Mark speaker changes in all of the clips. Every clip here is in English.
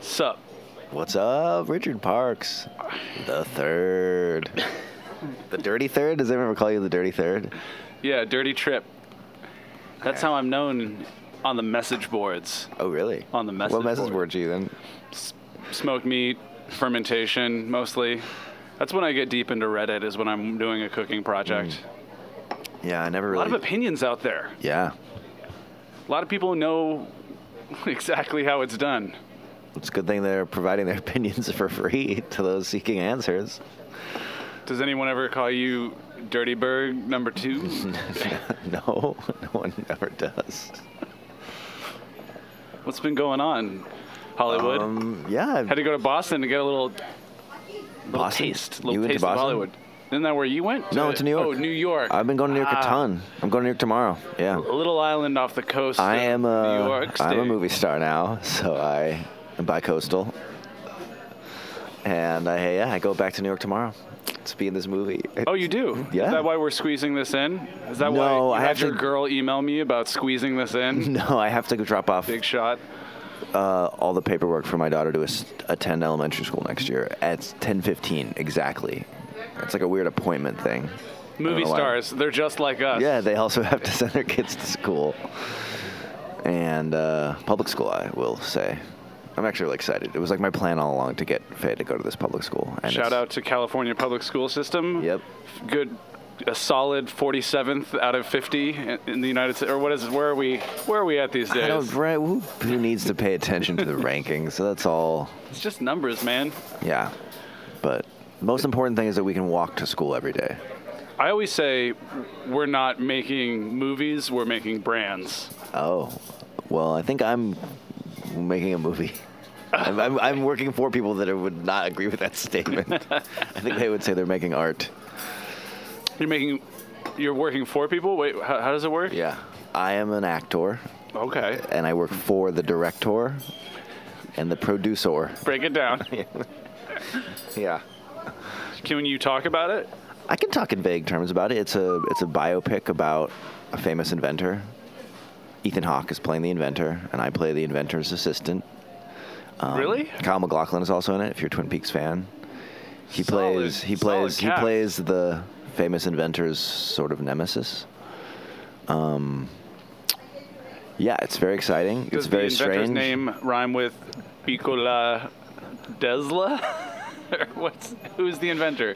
Speaker 1: Sup?
Speaker 2: What's up, Richard Parks? The third. the dirty third? Does anyone ever call you the dirty third?
Speaker 1: Yeah, Dirty Trip. That's how I'm known on the message boards.
Speaker 2: Oh, really?
Speaker 1: On the message
Speaker 2: What message
Speaker 1: board.
Speaker 2: board are you then?
Speaker 1: Smoked meat, fermentation, mostly. That's when I get deep into Reddit, is when I'm doing a cooking project.
Speaker 2: Yeah, I never
Speaker 1: A
Speaker 2: really.
Speaker 1: lot of opinions out there.
Speaker 2: yeah,
Speaker 1: A lot of people know exactly how it's done.
Speaker 2: it's a good thing they're providing their opinions for free to those seeking answers.
Speaker 1: Does anyone ever call you Dirty Bird number two?
Speaker 2: no, no one ever does.
Speaker 1: What's been going on, Hollywood?
Speaker 2: Um, yeah,
Speaker 1: Had to go to Boston to get a little, little
Speaker 2: Boston?
Speaker 1: taste, little
Speaker 2: You went to
Speaker 1: taste of
Speaker 2: Boston?
Speaker 1: Hollywood. Isn't that where you went?
Speaker 2: No, it's New York.
Speaker 1: Oh, New York.
Speaker 2: I've been going to New York
Speaker 1: Ah,
Speaker 2: a ton. I'm going to New York tomorrow.
Speaker 1: A
Speaker 2: Yeah,
Speaker 1: little island off the coast.
Speaker 2: I
Speaker 1: of
Speaker 2: am
Speaker 1: New
Speaker 2: a
Speaker 1: York
Speaker 2: I'm a
Speaker 1: State.
Speaker 2: movie star now, so I am bicoastal, and I yeah I go back to New York tomorrow to be in this movie.
Speaker 1: Oh, you do?
Speaker 2: Yeah.
Speaker 1: Is that why we're squeezing this in? Is that
Speaker 2: No,
Speaker 1: why you
Speaker 2: I
Speaker 1: had
Speaker 2: have
Speaker 1: your
Speaker 2: to-
Speaker 1: girl email me about squeezing this in?
Speaker 2: No, I have to go drop off
Speaker 1: Big shot.
Speaker 2: uh, all the paperwork for my daughter to as- attend elementary school next year at 10:15 exactly. It's like a weird appointment thing. I don't
Speaker 1: Movie
Speaker 2: know why.
Speaker 1: stars, they're just like us.
Speaker 2: Yeah, they also have to send their kids to school. And uh, public school, I will say. I'm actually really excited. It was like my plan all along to get Faye to go to this public school. And
Speaker 1: Shout
Speaker 2: it's-
Speaker 1: out to California public school system.
Speaker 2: Yep.
Speaker 1: Good, a solid 47th out of 50 in- in the United States. Or what is? Where are we? Where are we at these
Speaker 2: I don't,
Speaker 1: days?
Speaker 2: right, who, who needs to pay attention to the rankings? So that's all.
Speaker 1: It's just numbers, man.
Speaker 2: Yeah. But most important thing is that we can walk to school every day.
Speaker 1: I always say we're not making movies; we're making brands.
Speaker 2: Oh, well, I think I'm making a movie. I'm, I'm, I'm working for people that would not agree with that statement. I think they would say they're making art.
Speaker 1: You're making, you're working for people. Wait, how, how does it work?
Speaker 2: Yeah. I am an actor,
Speaker 1: Okay,
Speaker 2: and I work for the director and the producer.
Speaker 1: break it down.
Speaker 2: Yeah.
Speaker 1: Can you talk about it?
Speaker 2: I can talk in vague terms about it. It's a it's a biopic about a famous inventor. Ethan Hawke is playing the inventor, and I play the inventor's assistant. Um,
Speaker 1: really?
Speaker 2: Kyle McLaughlin is also in it. If you're a Twin Peaks fan, he
Speaker 1: Solid-
Speaker 2: plays he
Speaker 1: solid
Speaker 2: plays he
Speaker 1: cast.
Speaker 2: plays the famous inventor's sort of nemesis. Um, yeah, it's very exciting.
Speaker 1: Does
Speaker 2: it's very
Speaker 1: the inventor's
Speaker 2: strange.
Speaker 1: name rhyme with Piccola Desla? Or What's who's the inventor?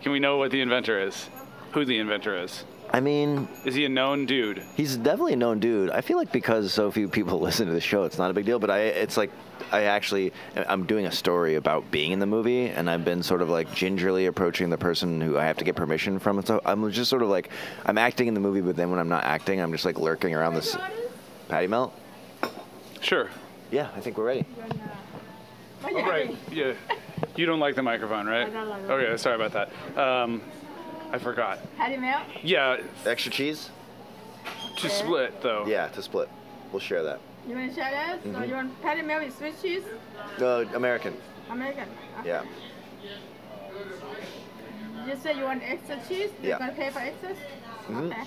Speaker 1: Can we know what the inventor is? Who the inventor is?
Speaker 2: I mean,
Speaker 1: Is he a known dude?
Speaker 2: He's definitely a known dude. I feel like because so few people listen to the show, it's not a big deal. But I, it's like I actually, I'm doing a story about being in the movie, and I've been sort of like gingerly approaching the person who I have to get permission from. And so I'm just sort of like, I'm acting in the movie, but then when I'm not acting, I'm just like lurking around this. Patty melt.
Speaker 1: Sure.
Speaker 2: Yeah, I think we're ready.
Speaker 1: All right. Yeah. You don't like the microphone, right?
Speaker 3: I don't like it.
Speaker 1: Okay. Sorry about that. Um, I forgot.
Speaker 3: Patty melt?
Speaker 1: Yeah.
Speaker 2: Extra cheese?
Speaker 1: To split though.
Speaker 2: Yeah, to split. We'll share that.
Speaker 3: You want shut us? Or
Speaker 2: Mm-hmm.
Speaker 3: you want patty melt with sweet cheese?
Speaker 2: Uh, American.
Speaker 3: American. huh?
Speaker 2: Yeah.
Speaker 3: You say you want extra cheese?
Speaker 2: Yeah.
Speaker 3: You're gonna pay for extra?
Speaker 2: Mhm.
Speaker 3: Okay.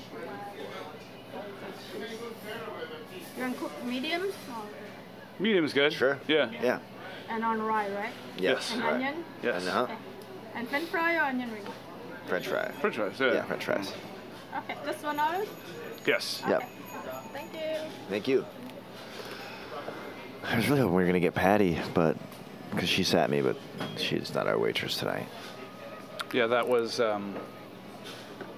Speaker 3: You want cook medium
Speaker 1: Medium's good.
Speaker 2: Sure.
Speaker 1: Yeah.
Speaker 2: Yeah.
Speaker 3: and on rye, right?
Speaker 1: Yes.
Speaker 3: And onion?
Speaker 1: Yes.
Speaker 2: And, uh,
Speaker 3: Okay. And french fry or onion ring?
Speaker 2: French fry.
Speaker 1: French fries.
Speaker 2: Yeah, French fries.
Speaker 3: Okay, just one order?
Speaker 1: Yes.
Speaker 2: Yep.
Speaker 3: Okay. Thank you.
Speaker 2: Thank you. I was really hoping we were gonna get Patty, but because she sat me, but she's not our waitress tonight.
Speaker 1: Yeah. That was. Um,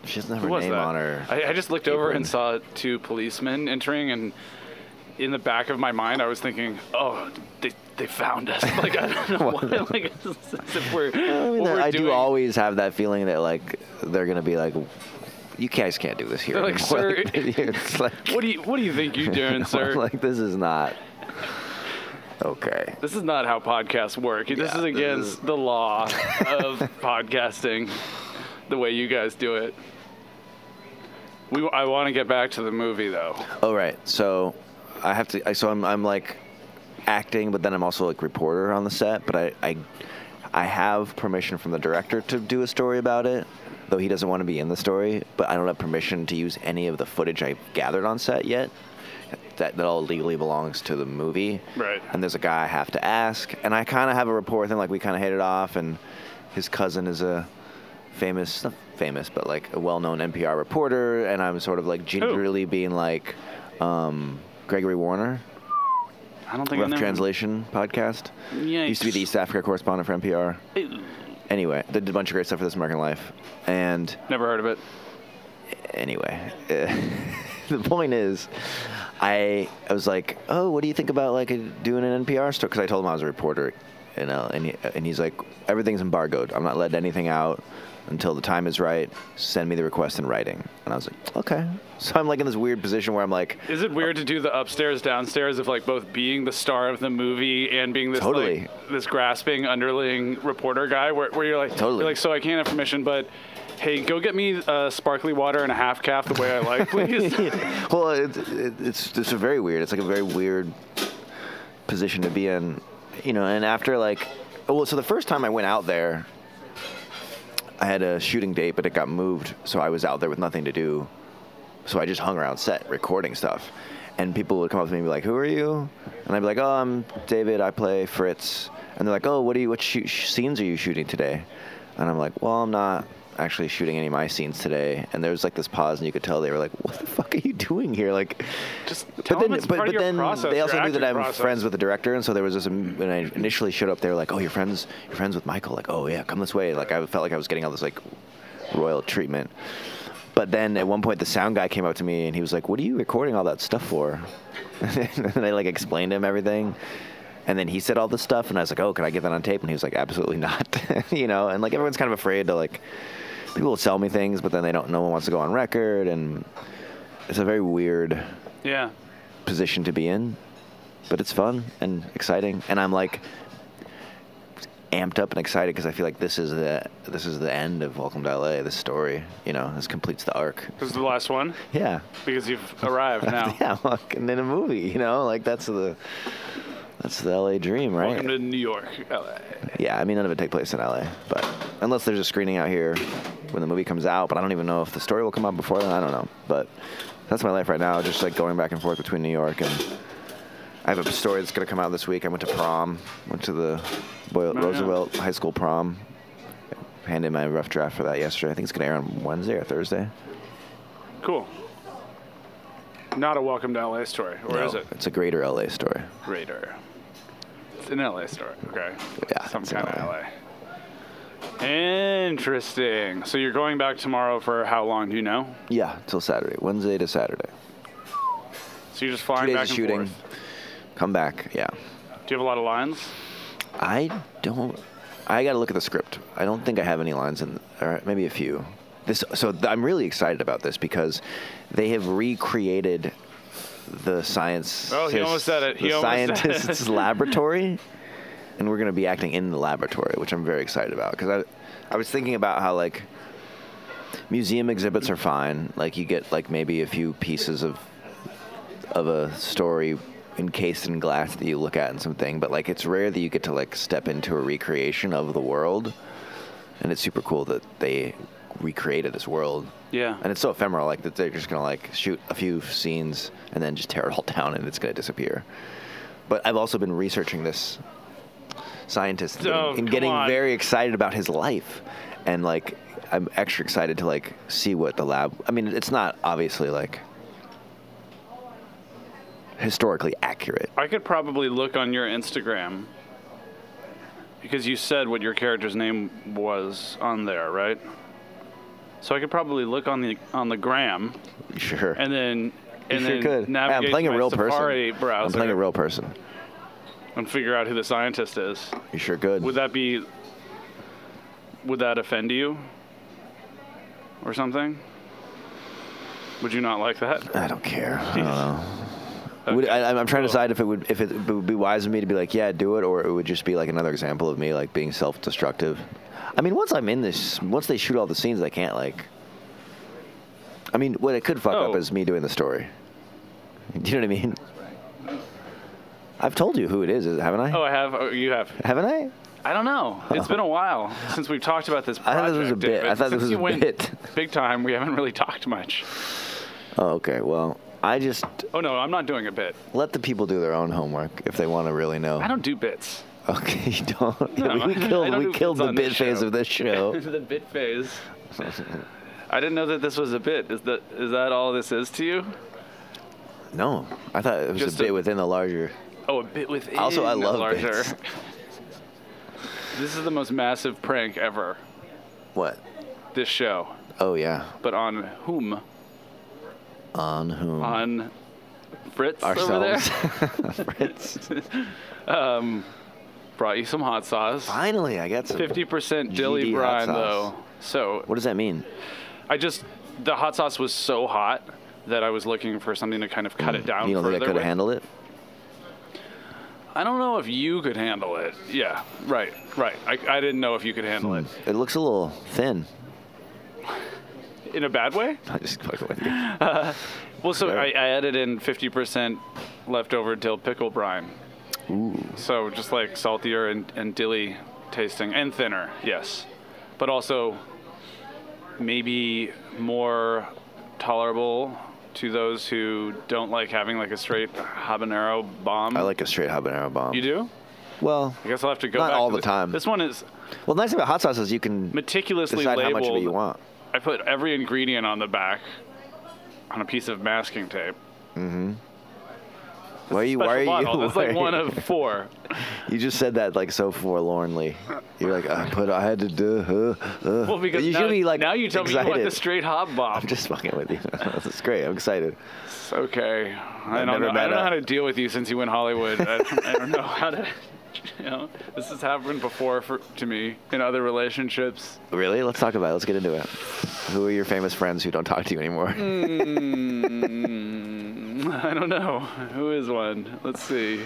Speaker 2: She doesn't have
Speaker 1: Who
Speaker 2: her
Speaker 1: was
Speaker 2: name
Speaker 1: that?
Speaker 2: on her.
Speaker 1: I, I just looked over
Speaker 2: apron.
Speaker 1: and saw two policemen entering, and in the back of my mind, I was thinking, "Oh, they, they found us!" Like I don't know why. Like it's as if we're,
Speaker 2: I, mean,
Speaker 1: what
Speaker 2: that-
Speaker 1: we're
Speaker 2: I
Speaker 1: doing.
Speaker 2: do always have that feeling that like they're gonna be like, "You guys can't do this here."
Speaker 1: They're like,
Speaker 2: anymore."
Speaker 1: "Sir,
Speaker 2: it's like,
Speaker 1: What do you What do you think you're doing, sir?
Speaker 2: I'm like this is not okay.
Speaker 1: this is not how podcasts work. This
Speaker 2: Yeah,
Speaker 1: is
Speaker 2: this
Speaker 1: against
Speaker 2: is-
Speaker 1: the law of podcasting, the way you guys do it. We, I want to get back to the movie though.
Speaker 2: Oh right, so I have to. I, so I'm I'm like acting, but then I'm also like reporter on the set. But I I I have permission from the director to do a story about it, though he doesn't want to be in the story. But I don't have permission to use any of the footage I gathered on set yet. that, that all legally belongs to the movie.
Speaker 1: Right.
Speaker 2: And there's a guy I have to ask, and I kind of have a rapport with him. Like we kind of hit it off, and his cousin is a famous, not famous, but like a well-known NPR reporter, and I'm sort of like gingerly being like um, Gregory Warner,
Speaker 1: I don't think I
Speaker 2: Rough
Speaker 1: know.
Speaker 2: Translation podcast.
Speaker 1: Yikes.
Speaker 2: Used to be the East Africa correspondent for NPR. Anyway, they did a bunch of great stuff for This American Life, and
Speaker 1: Never heard of it.
Speaker 2: anyway, eh, the point is, I I was like, oh, what do you think about like a, doing an NPR story? Because I told him I was a reporter, you know, and he, and he's like, everything's embargoed. I'm not letting anything out until the time is right. Send me the request in writing. And I was like, okay. So I'm like in this weird position where I'm like,
Speaker 1: Is it weird to do the upstairs downstairs of like both being the star of the movie and being this
Speaker 2: Totally.
Speaker 1: like, this grasping underling reporter guy where, where you're like
Speaker 2: Totally.
Speaker 1: you're like so I can't have permission but hey go get me uh, sparkly water and a half calf the way I like please
Speaker 2: well, it, it, it's it's a very weird. It's like a very weird position to be in, you know. And after like, oh, well, so the first time I went out there, I had a shooting date, but it got moved, so I was out there with nothing to do. So I just hung around set recording stuff, and people would come up to me and be like, "Who are you?" And I'd be like, "Oh, I'm David. I play Fritz." And they're like, "Oh, what do you? What shoot, sh- scenes are you shooting today?" And I'm like, "Well, I'm not actually shooting any of my scenes today." And there was like this pause, and you could tell they were like, "What the fuck are you doing here?" Like,
Speaker 1: Just tell them it's part of your process,
Speaker 2: they
Speaker 1: your
Speaker 2: also knew that
Speaker 1: acting
Speaker 2: I'm
Speaker 1: process.
Speaker 2: friends with the director, and so there was this. When I initially showed up, they were like, "Oh, you're friends, you're friends with Michael." Like, "Oh yeah, come this way." Like I felt like I was getting all this like royal treatment. But then at one point, the sound guy came up to me and he was like, "What are you recording all that stuff for?" and I like explained to him everything. And then he said all this stuff, and I was like, "Oh, can I get that on tape?" And he was like, "Absolutely not," you know. And like everyone's kind of afraid to like people will sell me things, but then they don't. No one wants to go on record, and it's a very weird
Speaker 1: yeah
Speaker 2: position to be in, but it's fun and exciting. And I'm like amped up and excited because I feel like this is the this is the end of Welcome to LA. This story, you know, this completes the arc.
Speaker 1: this is the last one
Speaker 2: Yeah,
Speaker 1: because you've arrived now
Speaker 2: yeah. Like, and then a movie, you know, like that's the that's the LA dream, right?
Speaker 1: welcome to New York LA.
Speaker 2: yeah, I mean, none of it take place in LA, but unless there's a screening out here when the movie comes out, but I don't even know if the story will come out before then. I don't know, but that's my life right now, just like going back and forth between New York and. I have a story that's gonna come out this week. I went to prom, went to the Boyle,
Speaker 1: Oh, yeah.
Speaker 2: Roosevelt High School prom. Handed my rough draft for that yesterday. I think it's gonna air on Wednesday or Thursday.
Speaker 1: cool not a welcome to LA story or
Speaker 2: No,
Speaker 1: is it
Speaker 2: It's a greater LA story.
Speaker 1: Raider. It's an LA story, okay?
Speaker 2: Yeah,
Speaker 1: Some
Speaker 2: it's in
Speaker 1: kind of LA. Interesting. So you're going back tomorrow for how long? Do you know?
Speaker 2: Yeah, till Saturday. Wednesday to Saturday.
Speaker 1: So you're just flying
Speaker 2: Two days
Speaker 1: back
Speaker 2: of
Speaker 1: and
Speaker 2: shooting.
Speaker 1: forth.
Speaker 2: Come back. Yeah.
Speaker 1: Do you have a lot of lines?
Speaker 2: I don't. I got to look at the script. I don't think I have any lines in, or maybe a few. This. So th- I'm really excited about this because they have recreated the science.
Speaker 1: Oh, he almost said it. He
Speaker 2: the
Speaker 1: almost said it.
Speaker 2: scientist's laboratory, and we're going to be acting in the laboratory, which I'm very excited about because I, I was thinking about how like museum exhibits are fine. Like you get like maybe a few pieces of of a story encased in glass that you look at and something, but like it's rare that you get to like step into a recreation of the world. And it's super cool that they recreated this world.
Speaker 1: Yeah.
Speaker 2: And it's so ephemeral, like that they're just gonna like shoot a few scenes and then just tear it all down and it's gonna disappear. But I've also been researching this scientist and getting,
Speaker 1: Oh,
Speaker 2: and
Speaker 1: come
Speaker 2: getting
Speaker 1: on.
Speaker 2: very excited about his life and like i'm extra excited to like see what the lab i mean it's not obviously like historically accurate
Speaker 1: I could probably look on your Instagram because you said what your character's name was on there, right? So I could probably look on the on the gram
Speaker 2: sure
Speaker 1: and then
Speaker 2: You
Speaker 1: and
Speaker 2: sure
Speaker 1: then
Speaker 2: could. Yeah,
Speaker 1: navigate
Speaker 2: i'm playing
Speaker 1: my
Speaker 2: a real
Speaker 1: Safari
Speaker 2: person
Speaker 1: browser
Speaker 2: i'm playing a real person
Speaker 1: and figure out who the scientist is.
Speaker 2: you sure could
Speaker 1: Would that be? Would that offend you? Or something? Would you not like that?
Speaker 2: i don't care i don't know
Speaker 1: Okay.
Speaker 2: Would, I, I'm- I'm trying to decide if it would if it would be wise of me to be like, yeah, do it, or it would just be like another example of me like being self-destructive. I mean, once I'm in this, once they shoot all the scenes, I can't like. I mean, what it could fuck
Speaker 1: Oh.
Speaker 2: up is me doing the story. Do you know what I mean? I've told you who it is, haven't I?
Speaker 1: Oh, I have. Oh, you have.
Speaker 2: Haven't I?
Speaker 1: I don't know. It's been a while since we've talked about this.
Speaker 2: I
Speaker 1: Project,
Speaker 2: thought this was a bit.
Speaker 1: David.
Speaker 2: I thought this
Speaker 1: Since
Speaker 2: was
Speaker 1: you
Speaker 2: a
Speaker 1: went
Speaker 2: bit.
Speaker 1: Big time. We haven't really talked much.
Speaker 2: Oh, okay. Well, I just
Speaker 1: Oh no, I'm not doing a bit.
Speaker 2: let the people do their own homework if they want to really know.
Speaker 1: I don't do bits.
Speaker 2: Okay, you don't.
Speaker 1: No,
Speaker 2: we
Speaker 1: I
Speaker 2: killed,
Speaker 1: don't
Speaker 2: we
Speaker 1: do
Speaker 2: killed
Speaker 1: bits
Speaker 2: the
Speaker 1: on this
Speaker 2: bit phase
Speaker 1: show.
Speaker 2: of this show.
Speaker 1: the bit phase. I didn't know that this was a bit. Is that is that all this is to you?
Speaker 2: no, I thought it was
Speaker 1: Just
Speaker 2: a
Speaker 1: a-
Speaker 2: bit within the larger.
Speaker 1: Oh, a bit within.
Speaker 2: Also, I love
Speaker 1: larger.
Speaker 2: bits.
Speaker 1: this is the most massive prank ever.
Speaker 2: What?
Speaker 1: This show,
Speaker 2: Oh yeah,
Speaker 1: but on whom?
Speaker 2: on whom?
Speaker 1: On Fritz over there.
Speaker 2: ourselves. Fritz.
Speaker 1: Brought you some hot sauce.
Speaker 2: Finally, I got some.
Speaker 1: Fifty percent dilly
Speaker 2: GD
Speaker 1: brine
Speaker 2: hot
Speaker 1: though.
Speaker 2: sauce.
Speaker 1: So
Speaker 2: What does that mean?
Speaker 1: I just the hot sauce was so hot that I was looking for something to kind of cut it down
Speaker 2: you don't
Speaker 1: further.
Speaker 2: think I could have
Speaker 1: with.
Speaker 2: handled it?
Speaker 1: I don't know if you could handle it. Yeah, right, right. I, I didn't know if you could handle it
Speaker 2: It looks a little thin.
Speaker 1: in a bad way.
Speaker 2: I just fucking with you.
Speaker 1: Well, so
Speaker 2: Mm. Yeah.
Speaker 1: I, I added in 50% leftover dill pickle brine. So just like saltier and, and dilly tasting and thinner, yes. But also maybe more tolerable to those who don't like having like a straight habanero bomb.
Speaker 2: I like a straight habanero bomb.
Speaker 1: You do?
Speaker 2: Well,
Speaker 1: I guess I'll have to go
Speaker 2: Not
Speaker 1: back
Speaker 2: all
Speaker 1: to
Speaker 2: the time.
Speaker 1: This one is
Speaker 2: well, the nice thing about hot sauce is you can
Speaker 1: meticulously
Speaker 2: decide how
Speaker 1: labeled.
Speaker 2: much of it you want.
Speaker 1: I put every ingredient on the back on a piece of masking tape.
Speaker 2: Why are you? Why are
Speaker 1: Special
Speaker 2: you?
Speaker 1: bottle. That's
Speaker 2: why are
Speaker 1: like
Speaker 2: you-
Speaker 1: one of four.
Speaker 2: You just said that like so forlornly. You're like, I put, I had to do. Uh, uh.
Speaker 1: Well, because
Speaker 2: you
Speaker 1: now,
Speaker 2: should be like
Speaker 1: now you tell
Speaker 2: excited.
Speaker 1: me you want the straight hot bomb.
Speaker 2: I'm just fucking with you. That's great. I'm excited.
Speaker 1: okay. I
Speaker 2: never
Speaker 1: don't, know, I
Speaker 2: met
Speaker 1: don't know
Speaker 2: a-
Speaker 1: how to deal with you since you went Hollywood. I, I don't know how to. You know, this has happened before for, to me in other relationships.
Speaker 2: Really? Let's talk about it. Let's get into it. Who are your famous friends who don't talk to you anymore?
Speaker 1: Mm. I don't know who is one. Let's see.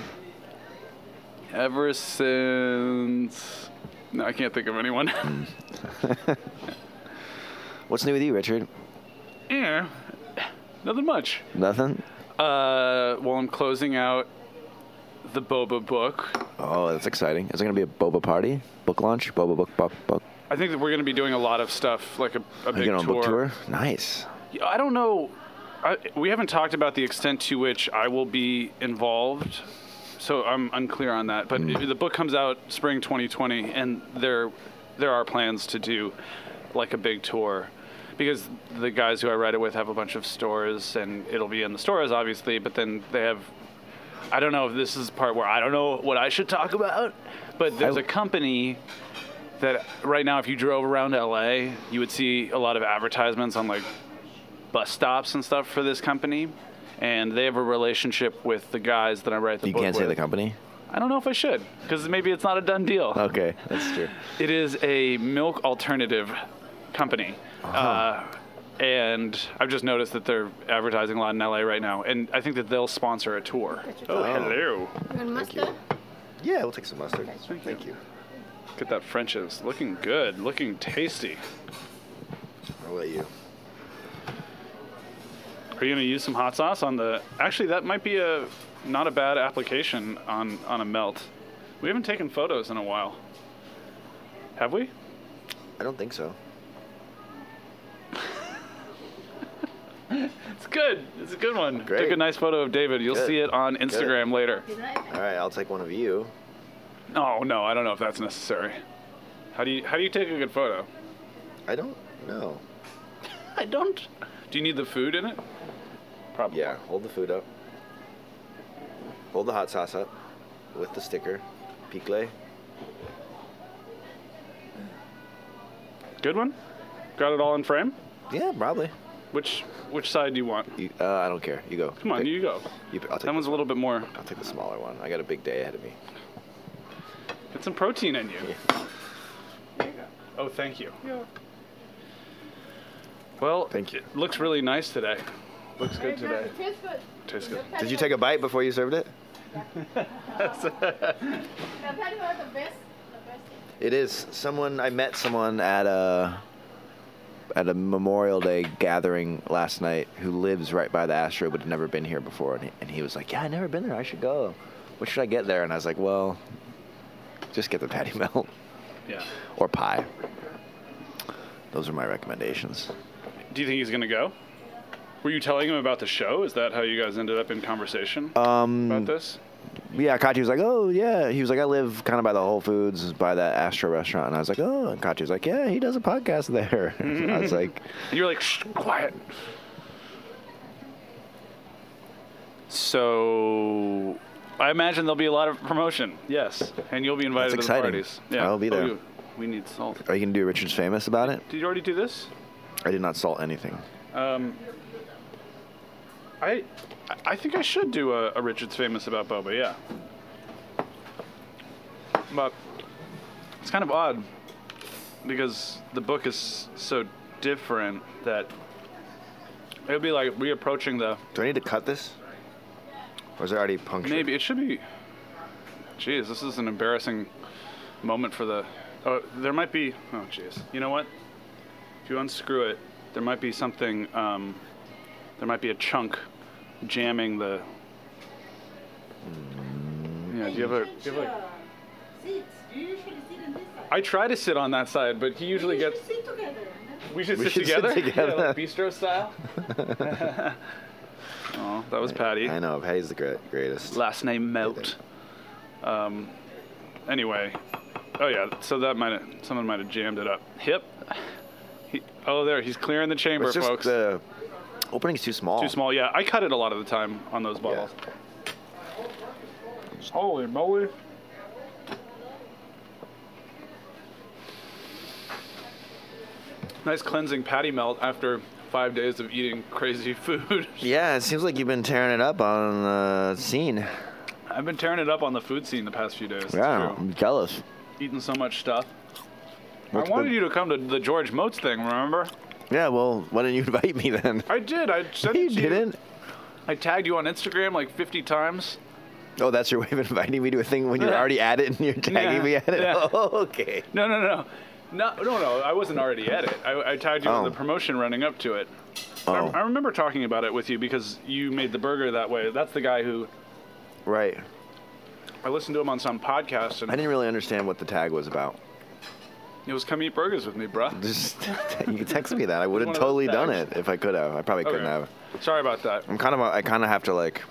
Speaker 1: Ever since, no, I can't think of anyone.
Speaker 2: What's new with you, Richard?
Speaker 1: yeah, Eh, nothing much.
Speaker 2: Nothing.
Speaker 1: Uh, well, I'm closing out the Boba book.
Speaker 2: Oh, that's exciting. Is it gonna be a boba party? Book launch? Boba book book book.
Speaker 1: I think that we're going to be doing a lot of stuff, like a, a
Speaker 2: Are
Speaker 1: big
Speaker 2: you going on a
Speaker 1: tour.
Speaker 2: book tour? Nice.
Speaker 1: Yeah, I don't know. I, we haven't talked about the extent to which I will be involved, so I'm unclear on that. But the book comes out spring 2020, and there there are plans to do like a big tour because the guys who I write it with have a bunch of stores, and it'll be in the stores, obviously. But then they have. I don't know if this is the part where I don't know what I should talk about, but there's
Speaker 2: I-
Speaker 1: a company that right now, if you drove around LA, you would see a lot of advertisements on like bus stops and stuff for this company, and they have a relationship with the guys that I write the
Speaker 2: You
Speaker 1: book
Speaker 2: can't say
Speaker 1: with.
Speaker 2: the company.
Speaker 1: I don't know if I should, because maybe it's not a done deal.
Speaker 2: Okay, that's true.
Speaker 1: It is a milk alternative company.
Speaker 2: Uh-huh.
Speaker 1: Uh, and I've just noticed that they're advertising a lot in LA right now, and I think that they'll sponsor a tour. Oh, hello!
Speaker 3: You want mustard?
Speaker 2: Yeah, we'll take some mustard.
Speaker 1: Thank, you. Look at that French's, looking good, looking tasty.
Speaker 2: I'll let you.
Speaker 1: Are you gonna use some hot sauce on the? Actually, that might be a not a bad application on on a melt. We haven't taken photos in a while. Have we?
Speaker 2: I don't think so.
Speaker 1: It's good. It's a good one.
Speaker 2: Great.
Speaker 1: Took a nice photo of David. You'll
Speaker 2: Good.
Speaker 1: see it on Instagram later.
Speaker 3: Is that?
Speaker 2: All right, I'll take one of you.
Speaker 1: Oh no, I don't know if that's necessary. How do you how do you take a good photo?
Speaker 2: I don't know.
Speaker 1: I don't. Do you need the food in it? Probably.
Speaker 2: Yeah, hold the food up. Hold the hot sauce up with the sticker. Picle.
Speaker 1: Good one. Got it all in frame.
Speaker 2: Yeah, probably.
Speaker 1: Which which side do you want?
Speaker 2: You, uh, I don't care. You go.
Speaker 1: Come on,
Speaker 2: Pick-
Speaker 1: you go.
Speaker 2: you pick- I'll, take
Speaker 1: That one's a little bit more.
Speaker 2: I'll take the smaller one. I got a big day ahead of me.
Speaker 1: Get some protein in you. Oh, thank you. Well,
Speaker 2: Thank you.
Speaker 1: It looks really nice today. Looks good today.
Speaker 3: It tastes good.
Speaker 1: Tastes good.
Speaker 2: Did you take a bite before you served it?
Speaker 3: Can I tell you what the best? The best is?
Speaker 2: It is someone I met someone at a at a Memorial Day gathering last night who lives right by the Astro but had never been here before and he, and he was like, "Yeah, I never been there. I should go. What should I get there?" And I was like, "Well, just get the patty melt
Speaker 1: Yeah.
Speaker 2: or pie." Those are my recommendations.
Speaker 1: Do you think he's gonna go? Were you telling him about the show? Is that how you guys ended up in conversation
Speaker 2: Um,
Speaker 1: about this?
Speaker 2: Yeah, Kachi was like, oh, yeah. He was like, I live kind of by the Whole Foods, by that Astro restaurant. And I was like, oh. And Kachi was like, yeah, he does a podcast there. I was like,
Speaker 1: And you're like, shh, quiet. So, I imagine there'll be a lot of promotion. Yes, and you'll be invited
Speaker 2: That's
Speaker 1: to the
Speaker 2: exciting.
Speaker 1: parties.
Speaker 2: I'll be
Speaker 1: Oh,
Speaker 2: there.
Speaker 1: you- we need salt.
Speaker 2: are you going to do Richard's Famous about it?
Speaker 1: Did you already do this?
Speaker 2: I did not salt anything.
Speaker 1: Um, I, I think I should do a, a Richard's famous about boba. Yeah, but it's kind of odd because the book is so different that it would be like reapproaching the
Speaker 2: Do I need to cut this? Or is it already punctured?
Speaker 1: maybe it should be. Jeez, this is an embarrassing moment for the. Oh, there might be. Oh, jeez. You know what? If you unscrew it, there might be something. Um, there might be a chunk jamming the. Yeah. Do you have a? Do you have a
Speaker 3: Seats. You usually sit on this side.
Speaker 1: I try to sit on that side, but he usually
Speaker 3: We should
Speaker 1: gets.
Speaker 3: sit together.
Speaker 1: We should
Speaker 2: We
Speaker 1: sit
Speaker 2: should sit
Speaker 1: together.
Speaker 2: together.
Speaker 1: Yeah, like bistro style. oh, that was Patty.
Speaker 2: I know. Patty's the gre- greatest.
Speaker 1: last name Melt. Um, anyway, oh yeah, so that might have, someone might have jammed it up. Hip. He, oh, there, he's clearing the chamber,
Speaker 2: It's just
Speaker 1: folks.
Speaker 2: the opening's too small.
Speaker 1: Too small. Yeah, I cut it a lot of the time on those
Speaker 2: Yeah.
Speaker 1: bottles. Holy moly! Nice cleansing patty melt after five days of eating crazy food.
Speaker 2: Yeah, it seems like you've been tearing it up on the scene.
Speaker 1: I've been tearing it up on the food scene the past few days. It's
Speaker 2: Yeah,
Speaker 1: true.
Speaker 2: I'm jealous.
Speaker 1: eating so much stuff.
Speaker 2: What's
Speaker 1: I wanted
Speaker 2: been-
Speaker 1: you to come to the George Moats thing, remember?
Speaker 2: Yeah, well, why didn't you invite me then?
Speaker 1: I did. I sent
Speaker 2: you
Speaker 1: it to
Speaker 2: didn't?
Speaker 1: I tagged you on Instagram like 50 times.
Speaker 2: Oh, that's your way of inviting me to a thing when you're
Speaker 1: Yeah.
Speaker 2: already at it and you're tagging
Speaker 1: Yeah,
Speaker 2: me at it?
Speaker 1: yeah.
Speaker 2: Oh, okay.
Speaker 1: No, no, no. No, no, no. I wasn't already at it. I, I tagged you on
Speaker 2: Oh.
Speaker 1: the promotion running up to it. I,
Speaker 2: Oh.
Speaker 1: I remember talking about it with you because you made the burger that way. That's the guy who
Speaker 2: Right.
Speaker 1: I listened to him on some podcast
Speaker 2: I
Speaker 1: and
Speaker 2: didn't really understand what the tag was about.
Speaker 1: it was come eat burgers with me, bruh.
Speaker 2: Just you can text me that. I would
Speaker 1: One
Speaker 2: have
Speaker 1: of those
Speaker 2: totally done
Speaker 1: tags.
Speaker 2: it if I could have. I probably couldn't
Speaker 1: Okay.
Speaker 2: have.
Speaker 1: Sorry about that.
Speaker 2: I'm kind of I kind of have to like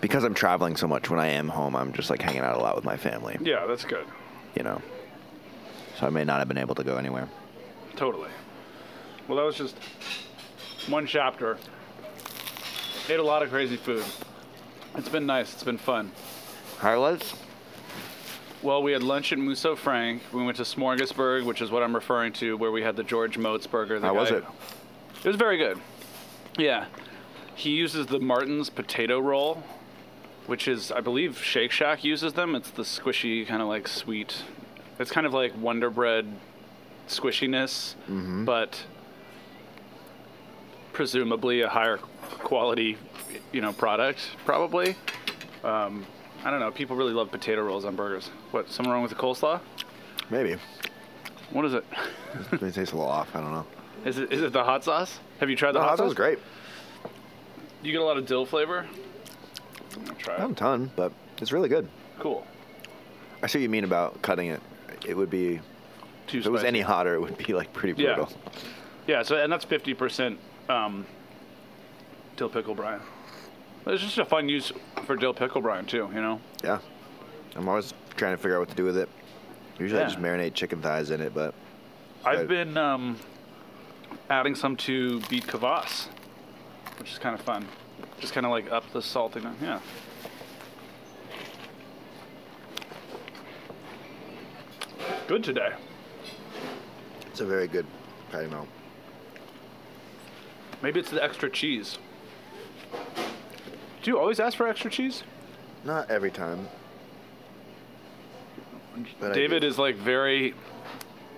Speaker 2: because I'm traveling so much when I am home, I'm just like hanging out a lot with my family,
Speaker 1: Yeah, that's good.
Speaker 2: you know. So I may not have been able to go anywhere.
Speaker 1: Totally. Well, that was just one chapter. Ate a lot of crazy food. It's been nice. It's been fun.
Speaker 2: Highlights?
Speaker 1: Well, we had lunch at Musso Frank. We went to Smorgasburg, which is what I'm referring to, where we had the George Moats burger. The
Speaker 2: How was
Speaker 1: guy-
Speaker 2: it?
Speaker 1: It was very good. Yeah. He uses the Martin's potato roll, which is, I believe, Shake Shack uses them. It's the squishy, kind of like sweet. It's kind of like Wonder Bread squishiness,
Speaker 2: Mm-hmm.
Speaker 1: but presumably a higher quality, you know, product, probably. Um, I don't know. People really love potato rolls on burgers. What? Something wrong with the coleslaw?
Speaker 2: Maybe.
Speaker 1: What is it?
Speaker 2: It tastes a little off. I don't know.
Speaker 1: Is it is it the hot sauce? Have you tried the
Speaker 2: No,
Speaker 1: hot,
Speaker 2: that
Speaker 1: sauce?
Speaker 2: was great.
Speaker 1: You get a lot of dill flavor. I'm gonna try
Speaker 2: Not a
Speaker 1: it.
Speaker 2: ton, but it's really good.
Speaker 1: Cool.
Speaker 2: I see what you mean about cutting it. It would be
Speaker 1: Too
Speaker 2: if it was
Speaker 1: spicy.
Speaker 2: any hotter, it would be like pretty
Speaker 1: Yeah.
Speaker 2: brutal.
Speaker 1: Yeah. So and that's 50% um, dill pickle brine. But It's just a fun use for dill pickle brine too. You know.
Speaker 2: Yeah. I'm always trying to figure out what to do with it. Usually I
Speaker 1: Yeah.
Speaker 2: just marinate chicken thighs in it, but
Speaker 1: I've
Speaker 2: Right.
Speaker 1: been um, adding some to beet kvass, which is kind of fun. Just kind of like up the saltiness. Yeah. Good today.
Speaker 2: it's a very good patty melt.
Speaker 1: Maybe it's the extra cheese. Do you always ask for extra cheese?
Speaker 2: Not every time. But I
Speaker 1: David
Speaker 2: do.
Speaker 1: is like very,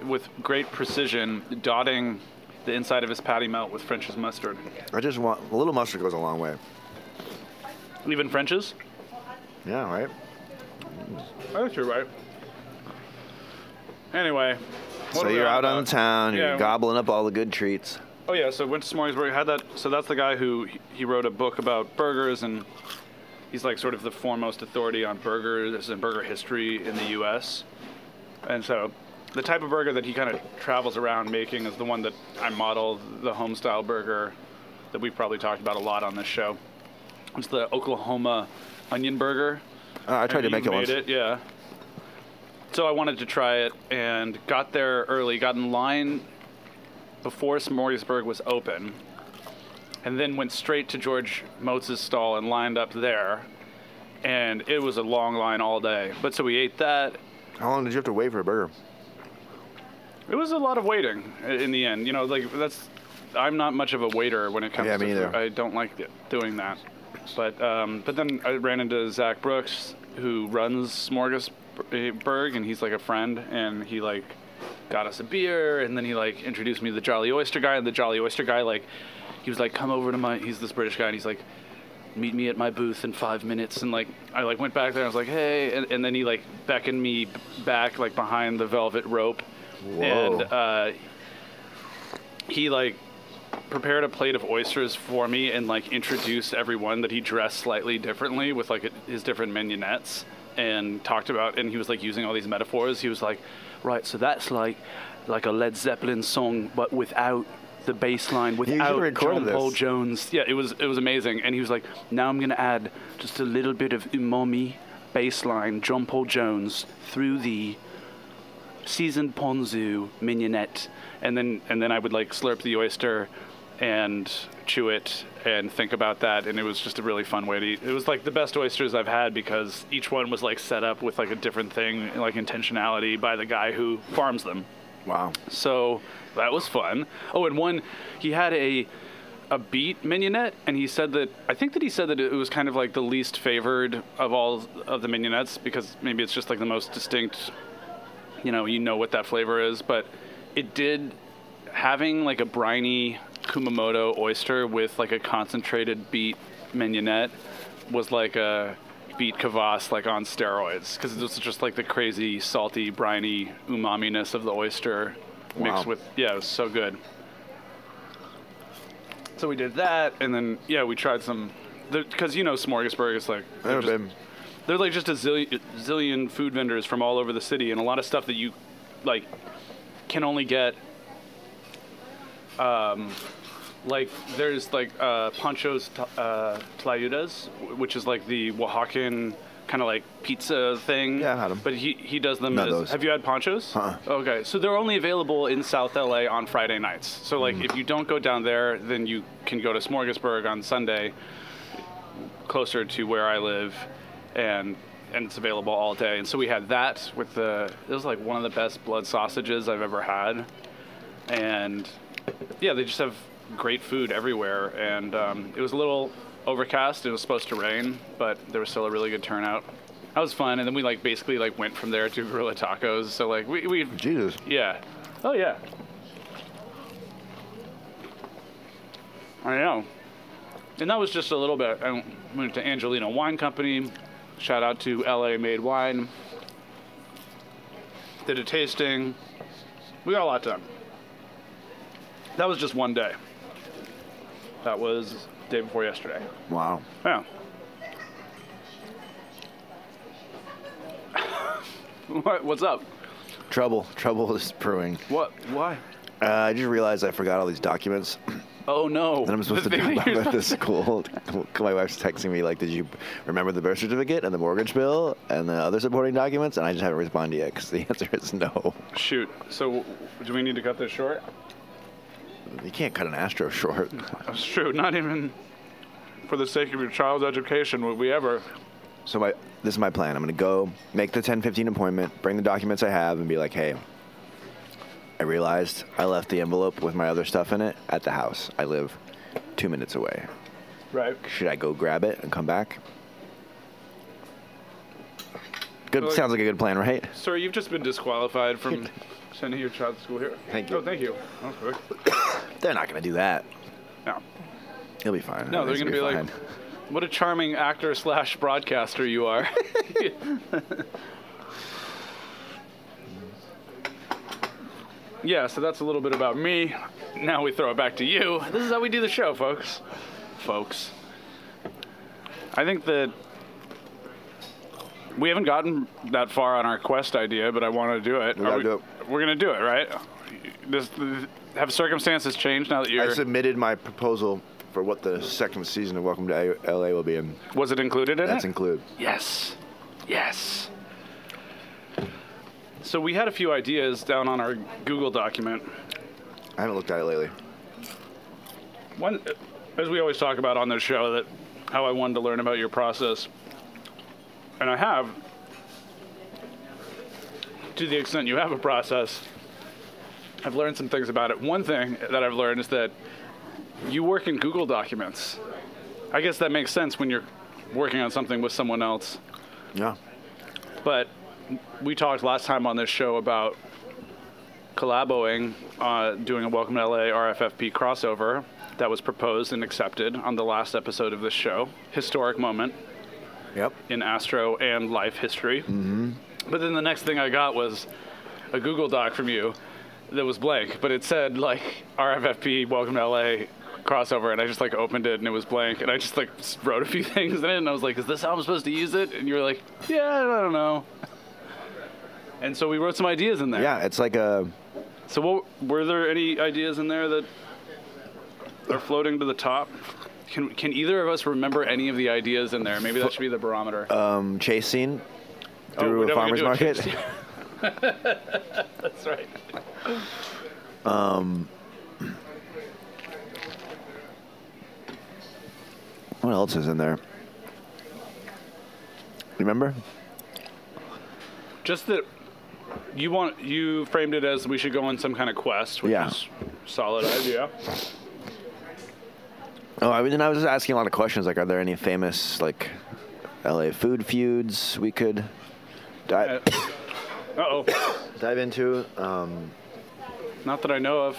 Speaker 1: with great precision, dotting the inside of his patty melt with French's mustard.
Speaker 2: I just want a little mustard goes a long way.
Speaker 1: Even French's?
Speaker 2: Yeah, right?
Speaker 1: I think you're right. Anyway. what
Speaker 2: so
Speaker 1: are we
Speaker 2: you're out on
Speaker 1: about?
Speaker 2: the town,
Speaker 1: Yeah.
Speaker 2: you're gobbling up all the good treats.
Speaker 1: Oh yeah, so went to Smorgasburg. Had that. So that's the guy who he wrote a book about burgers, and he's like sort of the foremost authority on burgers and burger history in the U.S. And so the type of burger that he kind of travels around making is the one that I model the home style burger that we've probably talked about a lot on this show. It's the Oklahoma onion burger.
Speaker 2: Uh, I tried
Speaker 1: Maybe
Speaker 2: to make it
Speaker 1: you
Speaker 2: once.
Speaker 1: made it, yeah. So I wanted to try it and got there early, got in line before Smorgasburg was open, and then went straight to George Motz's stall and lined up there. And it was a long line all day. But so we ate that.
Speaker 2: How long did you have to wait for a burger?
Speaker 1: It was a lot of waiting i- in the end. You know, like that's. I'm not much of a waiter when it comes
Speaker 2: Yeah,
Speaker 1: to
Speaker 2: me
Speaker 1: food.
Speaker 2: either.
Speaker 1: I don't like th- doing that. But um, but then I ran into Zach Brooks, who runs Smorgasburg, and he's like a friend, and he like got us a beer, and then he like introduced me to the Jolly Oyster guy, and the Jolly Oyster guy like he was like, come over to my. He's this British guy, and he's like, meet me at my booth in five minutes, and like I like went back there, and I was like, hey, and, and then he like beckoned me b- back like behind the velvet rope, and uh, he like prepared a plate of oysters for me and like introduced everyone that he dressed slightly differently with like his different mignonettes and talked about and he was like using all these metaphors he was like right so that's like like a led zeppelin song but without the bass line without
Speaker 2: record
Speaker 1: John
Speaker 2: this.
Speaker 1: Paul Jones yeah it was it was amazing and he was like now I'm gonna add just a little bit of umami bass line John Paul Jones through the seasoned ponzu mignonette and then and then i would like slurp the oyster and chew it and think about that and it was just a really fun way to eat it was like the best oysters i've had because each one was like set up with like a different thing like intentionality by the guy who farms them
Speaker 2: Wow.
Speaker 1: so that was fun. Oh, and one, he had a a beat mignonette, and he said that I think that he said that it was kind of like the least favored of all of the mignonettes because maybe it's just like the most distinct. You know, you know what that flavor is, but it did having like a briny Kumamoto oyster with like a concentrated beet mignonette was like a beet kvass like on steroids because it was just like the crazy salty briny umaminess of the oyster mixed
Speaker 2: Wow.
Speaker 1: with yeah it was so good so we did that and then yeah we tried some because you know smorgasburg is like they're
Speaker 2: Yeah,
Speaker 1: just-
Speaker 2: babe.
Speaker 1: there's like just a zillion, zillion food vendors from all over the city, and a lot of stuff that you like can only get. Um, like there's like uh, Pancho's t- uh, Tlayudas, w- which is like the Oaxacan kind of like pizza thing.
Speaker 2: Yeah, I've had 'em.
Speaker 1: But he he does them.
Speaker 2: Not
Speaker 1: as,
Speaker 2: those.
Speaker 1: Have you had Pancho's?
Speaker 2: Uh-uh.
Speaker 1: Okay, so they're only available in South LA on Friday nights. So like if you don't go down there, then you can go to Smorgasburg on Sunday closer to where I live, and and it's available all day. And so we had that with the it was like one of the best blood sausages I've ever had, and yeah, they just have great food everywhere. And um, it was a little overcast. It was supposed to rain, but there was still a really good turnout. That was fun. And then we like basically like went from there to Gorilla Tacos. So like we we
Speaker 2: Jesus.
Speaker 1: yeah. Oh yeah. I know. And that was just a little bit. I went to Angelina Wine Company. Shout out to LA Made Wine. Did a tasting. We got a lot done. That was just one day. That was day before yesterday.
Speaker 2: Wow.
Speaker 1: Yeah. what, what's up?
Speaker 2: Trouble. Trouble is brewing.
Speaker 1: What? Why?
Speaker 2: Uh, I just realized I forgot all these documents that
Speaker 1: Oh no!
Speaker 2: I'm supposed to
Speaker 1: The
Speaker 2: do
Speaker 1: thing that you're
Speaker 2: about this school. My wife's texting me like, "Did you remember the birth certificate and the mortgage bill and the other supporting documents?" And I just haven't responded yet because the answer is no.
Speaker 1: not- Shoot. So, w- do we need to cut this short?
Speaker 2: You can't cut an Astro short.
Speaker 1: That's true. Not even for the sake of your child's education would we ever.
Speaker 2: So my this is my plan. I'm gonna go make the 10:15 appointment, bring the documents I have, and be like, hey. I realized I left the envelope with my other stuff in it at the house. I live two minutes away.
Speaker 1: Right.
Speaker 2: Should I go grab it and come back? Good.
Speaker 1: Well,
Speaker 2: sounds like a good plan, right?
Speaker 1: Sir, you've just been disqualified from sending your child to school here.
Speaker 2: Thank you.
Speaker 1: Oh, thank you. Okay.
Speaker 2: They're not gonna do that.
Speaker 1: No.
Speaker 2: He'll be fine.
Speaker 1: No, they're
Speaker 2: Everything's
Speaker 1: gonna be like,
Speaker 2: fine.
Speaker 1: "What a charming actor slash broadcaster you are." yeah. So that's a little bit about me. Now we throw it back to you. This is how we do the show, folks. Folks. I think that we haven't gotten that far on our quest idea, but I want to do it.
Speaker 2: We
Speaker 1: Are
Speaker 2: gotta
Speaker 1: we-
Speaker 2: do it.
Speaker 1: we're gonna do it, right? Does have circumstances changed now that
Speaker 2: I
Speaker 1: you're?
Speaker 2: submitted my proposal for what the second season of Welcome to A- LA will be, and
Speaker 1: was it included in
Speaker 2: that's
Speaker 1: it?
Speaker 2: included.
Speaker 1: Yes. Yes. So we had a few ideas down on our Google document.
Speaker 2: I haven't looked at it lately.
Speaker 1: One, as we always talk about on this show, that how I wanted to learn about your process, and I have, to the extent you have a process, I've learned some things about it. One thing that I've learned is that you work in Google Documents. I guess that makes sense when you're working on something with someone else.
Speaker 2: Yeah.
Speaker 1: But we talked last time on this show about collaboing, uh, doing a Welcome to LA RFFP crossover that was proposed and accepted on the last episode of this show. Historic moment
Speaker 2: Yep.
Speaker 1: in astro and life history. Mm-hmm. But then the next thing I got was a Google Doc from you that was blank, but it said like RFFP Welcome to LA crossover, and I just like opened it and it was blank, and I just like s- wrote a few things in it, and I was like, "Is this how I'm supposed to use it?" And you were like, "Yeah, I don't know." And so we wrote some ideas in there.
Speaker 2: Yeah, it's like a.
Speaker 1: So what, were there any ideas in there that are floating to the top? Can, can either of us remember any of the ideas in there? Maybe that should be the barometer.
Speaker 2: um, chase scene
Speaker 1: Oh,
Speaker 2: through
Speaker 1: we're
Speaker 2: a
Speaker 1: never gonna
Speaker 2: farmer's
Speaker 1: do
Speaker 2: market.
Speaker 1: chase. That's right.
Speaker 2: what else is in there? Remember?
Speaker 1: Just that you want you framed it as we should go on some kind of quest, which
Speaker 2: Yeah.
Speaker 1: is solid idea.
Speaker 2: Oh, I mean, and I was just asking a lot of questions. Like, are there any famous like LA food feuds we could
Speaker 1: Uh
Speaker 2: dive,
Speaker 1: oh,
Speaker 2: dive into? Um,
Speaker 1: not that I know of.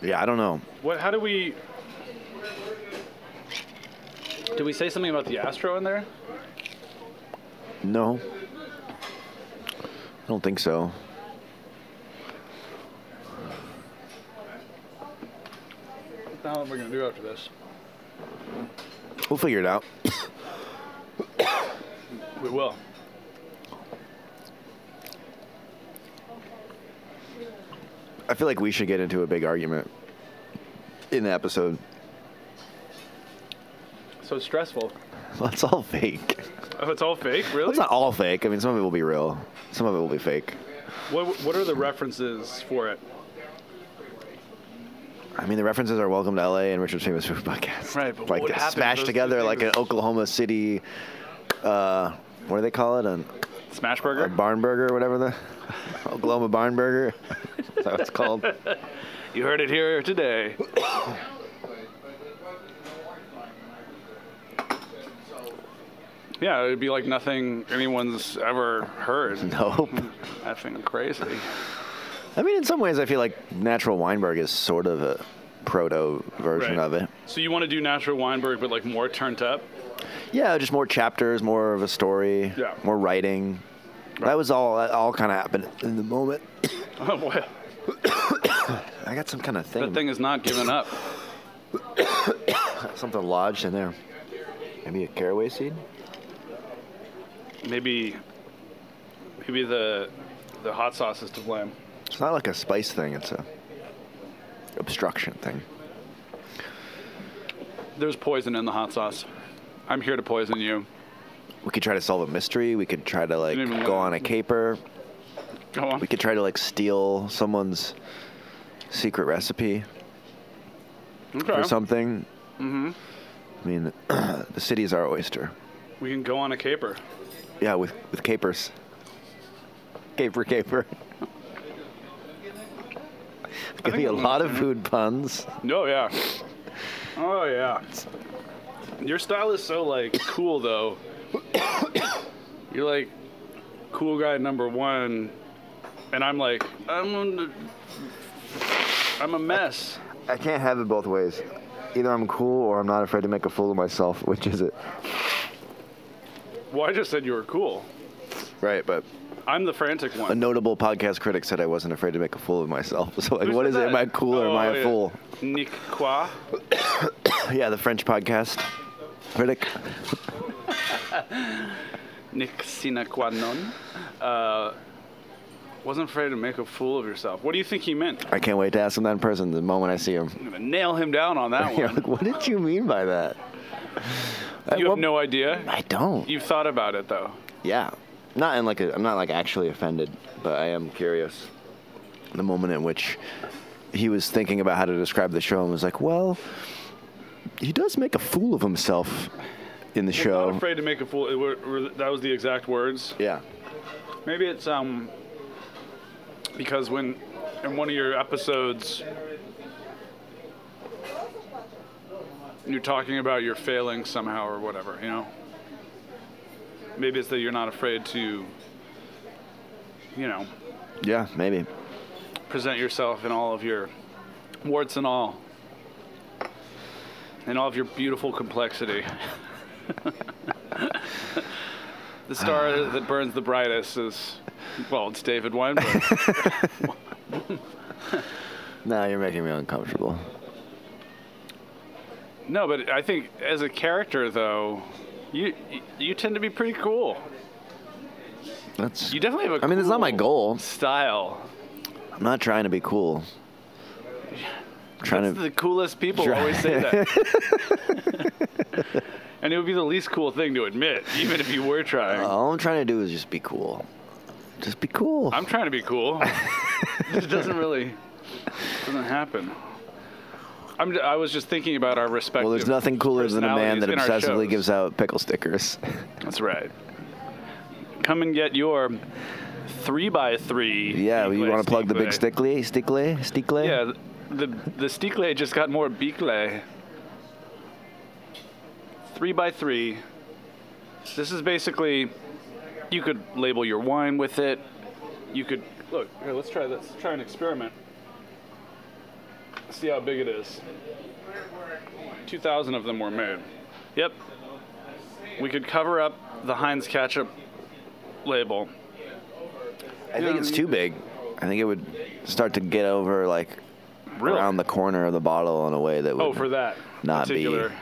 Speaker 2: yeah, I don't know.
Speaker 1: What? How do we? Did we say something about the Astro in there?
Speaker 2: No, I don't think so.
Speaker 1: What the hell am I gonna do after this?
Speaker 2: We'll figure it out.
Speaker 1: We will.
Speaker 2: I feel like we should get into a big argument in the episode.
Speaker 1: So stressful.
Speaker 2: That's all fake.
Speaker 1: Oh, it's all fake, really?
Speaker 2: That's not all fake. I mean, some of it will be real. Some of it will be fake.
Speaker 1: What, what are the references for it?
Speaker 2: I mean, the references are "Welcome to LA" and Richard's Famous Food Podcast.
Speaker 1: Right, but
Speaker 2: like
Speaker 1: what happened to those
Speaker 2: smashed
Speaker 1: two
Speaker 2: together like
Speaker 1: things?
Speaker 2: an Oklahoma City. Uh, what do they call it? An,
Speaker 1: Smash
Speaker 2: a
Speaker 1: Burger?
Speaker 2: barn burger, or whatever the Oklahoma barn burger. Is that what it's called?
Speaker 1: You heard it here today. yeah, it'd be like nothing anyone's ever heard.
Speaker 2: Nope.
Speaker 1: Effing crazy.
Speaker 2: I mean, in some ways, I feel like natural Weinberg is sort of a proto version
Speaker 1: Right.
Speaker 2: of it.
Speaker 1: So you want to do natural Weinberg, but like more turned up?
Speaker 2: Yeah, just more chapters, more of a story,
Speaker 1: Yeah.
Speaker 2: more writing. That was all. That all kind of happened in the moment.
Speaker 1: Oh, boy.
Speaker 2: I got some kind of
Speaker 1: That
Speaker 2: thing,
Speaker 1: thing is not giving up.
Speaker 2: something lodged in there. Maybe a caraway seed.
Speaker 1: Maybe, maybe the the hot sauce is to blame.
Speaker 2: It's not like a spice thing. It's a obstruction thing.
Speaker 1: There's poison in the hot sauce. I'm here to poison you.
Speaker 2: We could try to solve a mystery. We could try to like
Speaker 1: You didn't even
Speaker 2: go
Speaker 1: look.
Speaker 2: on a caper.
Speaker 1: Go on.
Speaker 2: We could try to like steal someone's secret recipe
Speaker 1: Okay.
Speaker 2: or something. Mm-hmm. I mean, the city is our oyster.
Speaker 1: We can go on a caper.
Speaker 2: Yeah, with with capers. Caper, caper. Gonna be a lot of food puns.
Speaker 1: No, yeah. Oh yeah. Your style is so like cool though. You're like cool guy number one, and I'm like I'm on the- I'm a mess.
Speaker 2: I can't have it both ways. Either I'm cool or I'm not afraid to make a fool of myself. Which is it?
Speaker 1: Well, I just said you were cool.
Speaker 2: Right, but
Speaker 1: I'm the frantic
Speaker 2: a
Speaker 1: one.
Speaker 2: notable podcast critic said I wasn't afraid to make a fool of myself. So like,
Speaker 1: Who
Speaker 2: what
Speaker 1: said
Speaker 2: is it? Am
Speaker 1: that?
Speaker 2: I cool or am
Speaker 1: Oh,
Speaker 2: I a
Speaker 1: yeah.
Speaker 2: fool?
Speaker 1: Nick Qua.
Speaker 2: Yeah, the French podcast critic.
Speaker 1: Nick sine qua non. Uh, wasn't afraid to make a fool of yourself. What do you think he meant?
Speaker 2: I can't wait to ask him that in person the moment I see him.
Speaker 1: I'm gonna nail him down on that
Speaker 2: You're
Speaker 1: one.
Speaker 2: like, what did you mean by that? At
Speaker 1: You
Speaker 2: what-
Speaker 1: have no idea.
Speaker 2: I don't.
Speaker 1: You've thought about it though.
Speaker 2: Yeah, not in like a, I'm not like actually offended, but I am curious. The moment in which he was thinking about how to describe the show and was like, well, he does make a fool of himself in the
Speaker 1: Not
Speaker 2: show.
Speaker 1: afraid to make a fool. it were- were- that was the exact words.
Speaker 2: Yeah.
Speaker 1: Maybe it's um because when in one of your episodes you're talking about your failing somehow or whatever, you know. Maybe it's that you're not afraid to you know,
Speaker 2: Yeah, maybe.
Speaker 1: present yourself in all of your warts and all. And all of your beautiful complexity. the star that burns the brightest is, well, it's David Weinberg.
Speaker 2: No, you're making me uncomfortable.
Speaker 1: no, but I think as a character, though, you you tend to be pretty cool.
Speaker 2: That's.
Speaker 1: You definitely have a.
Speaker 2: I mean, it's not my
Speaker 1: cool
Speaker 2: goal.
Speaker 1: Style.
Speaker 2: I'm not trying to be cool. I'm trying to.
Speaker 1: The coolest people
Speaker 2: Sure.
Speaker 1: always say that. and it would be the least cool thing to admit, even if you were trying.
Speaker 2: all I'm trying to do is just be cool. Just be cool.
Speaker 1: I'm trying to be cool. it doesn't really doesn't happen. I'm, I was just thinking about our respective.
Speaker 2: well, there's nothing cooler than a man that
Speaker 1: personalities in our
Speaker 2: obsessively
Speaker 1: shows.
Speaker 2: gives out pickle stickers.
Speaker 1: That's right. Come and get your three by three.
Speaker 2: Yeah, you
Speaker 1: Stickle,
Speaker 2: want to plug the big
Speaker 1: Stickle.
Speaker 2: stickly, stickly, stickly?
Speaker 1: Yeah, the the Stickle just got more Beakley. Three by three. This is basically, you could label your wine with it. You could look here. Let's try this. Try an experiment. See how big it is. Two thousand of them were made. Yep. We could cover up the Heinz ketchup label.
Speaker 2: I think it's too big. I think it would start to get over like
Speaker 1: Really?
Speaker 2: around the corner of the bottle in a way that would
Speaker 1: oh, for that.
Speaker 2: Not be-
Speaker 1: particular.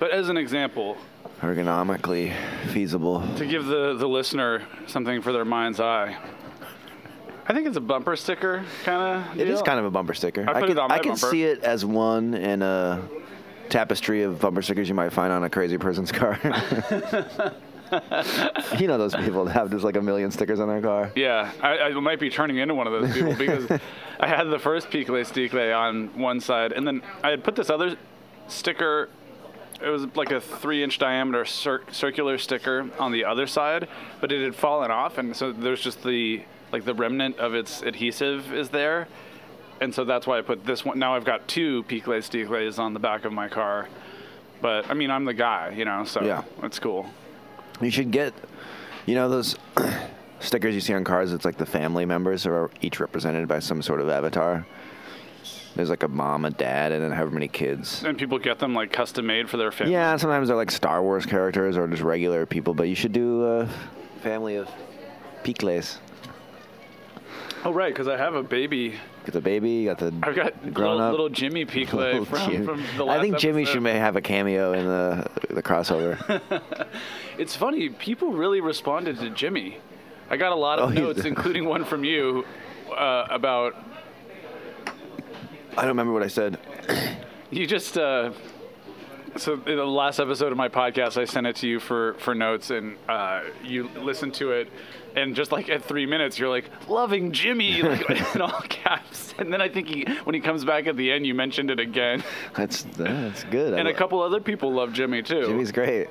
Speaker 1: But as an example,
Speaker 2: ergonomically feasible.
Speaker 1: To give the, the listener something for their mind's eye, I think it's a bumper sticker kind of.
Speaker 2: It is kind of a bumper sticker.
Speaker 1: I put
Speaker 2: can,
Speaker 1: it on my
Speaker 2: I can
Speaker 1: bumper.
Speaker 2: see it as one in a tapestry of bumper stickers you might find on a crazy person's car. you know those people that have just like a million stickers on their car.
Speaker 1: Yeah, I, I might be turning into one of those people because I had the first Piquet Sticle on one side, and then I had put this other sticker. It was like a three-inch diameter cir- circular sticker on the other side, but it had fallen off, and so there's just the like the remnant of its adhesive is there, and so that's why I put this one. Now I've got two Piquet Sticles on the back of my car, but I mean I'm the guy, you know, so
Speaker 2: Yeah.
Speaker 1: it's cool.
Speaker 2: You should get, you know, those stickers you see on cars. It's like the family members are each represented by some sort of avatar. There's like a mom, a dad, and then however many kids.
Speaker 1: And people get them like custom made for their family.
Speaker 2: Yeah, and sometimes they're like Star Wars characters or just regular people. But you should do a family of picles.
Speaker 1: Oh right, because I have a baby
Speaker 2: You Got the baby. You got the.
Speaker 1: I've got
Speaker 2: Grown
Speaker 1: little,
Speaker 2: up.
Speaker 1: little Jimmy Peakley
Speaker 2: little
Speaker 1: from,
Speaker 2: Jim-
Speaker 1: from the last
Speaker 2: I think Jimmy
Speaker 1: episode.
Speaker 2: should may have a cameo in the the crossover.
Speaker 1: It's funny, people really responded to Jimmy. I got a lot
Speaker 2: Oh,
Speaker 1: of
Speaker 2: he's-
Speaker 1: notes, including one from you uh, about
Speaker 2: I don't remember what I said.
Speaker 1: you just. Uh, so in the last episode of my podcast, I sent it to you for for notes, and uh, you listened to it, and just like at three minutes, you're like loving Jimmy like, in all caps, and then I think he, when he comes back at the end, you mentioned it again,
Speaker 2: That's that's good.
Speaker 1: and
Speaker 2: I,
Speaker 1: a couple other people love Jimmy too.
Speaker 2: Jimmy's great.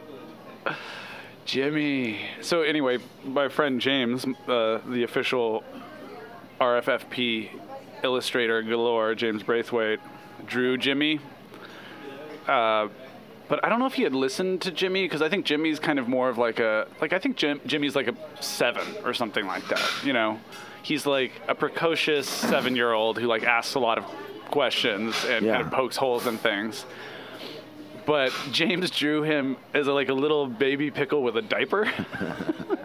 Speaker 1: Jimmy. So anyway, my friend James, uh, the official RFFP illustrator galore, James Braithwaite, drew Jimmy. Uh, but I don't know if he had listened to Jimmy because I think Jimmy's kind of more of like a like I think Jim, Jimmy's like a seven or something like that. You know, he's like a precocious seven-year-old who like asks a lot of questions and
Speaker 2: Yeah.
Speaker 1: kind of pokes holes in things but James drew him as a, like a little baby pickle with a diaper.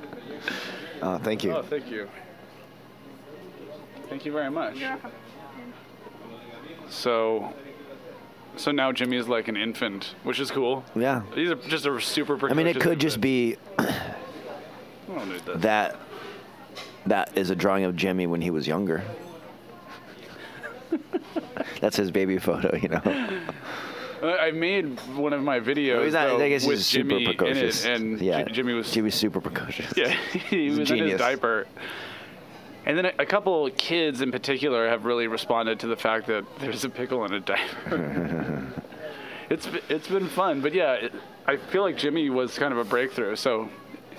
Speaker 2: Oh, thank you.
Speaker 1: oh, thank you. Thank you very much. So, so now Jimmy is like an infant, which is cool.
Speaker 2: Yeah.
Speaker 1: He's a, just a super.
Speaker 2: I mean, it could just be
Speaker 1: downloaded this.
Speaker 2: that that is a drawing of Jimmy when he was younger. That's his baby photo, you know.
Speaker 1: Uh, I made one of my videos
Speaker 2: He's not,
Speaker 1: though,
Speaker 2: I guess
Speaker 1: with
Speaker 2: he's super
Speaker 1: Jimmy in
Speaker 2: precocious.
Speaker 1: it, and J-
Speaker 2: yeah,
Speaker 1: Jimmy was
Speaker 2: Jimmy's super precocious.
Speaker 1: yeah he
Speaker 2: He's a
Speaker 1: was in his
Speaker 2: genius.
Speaker 1: diaper. And then a, a couple kids in particular have really responded to the fact that there's a pickle in a diaper. it's b- it's been fun, but yeah, it, I feel like Jimmy was kind of a breakthrough. So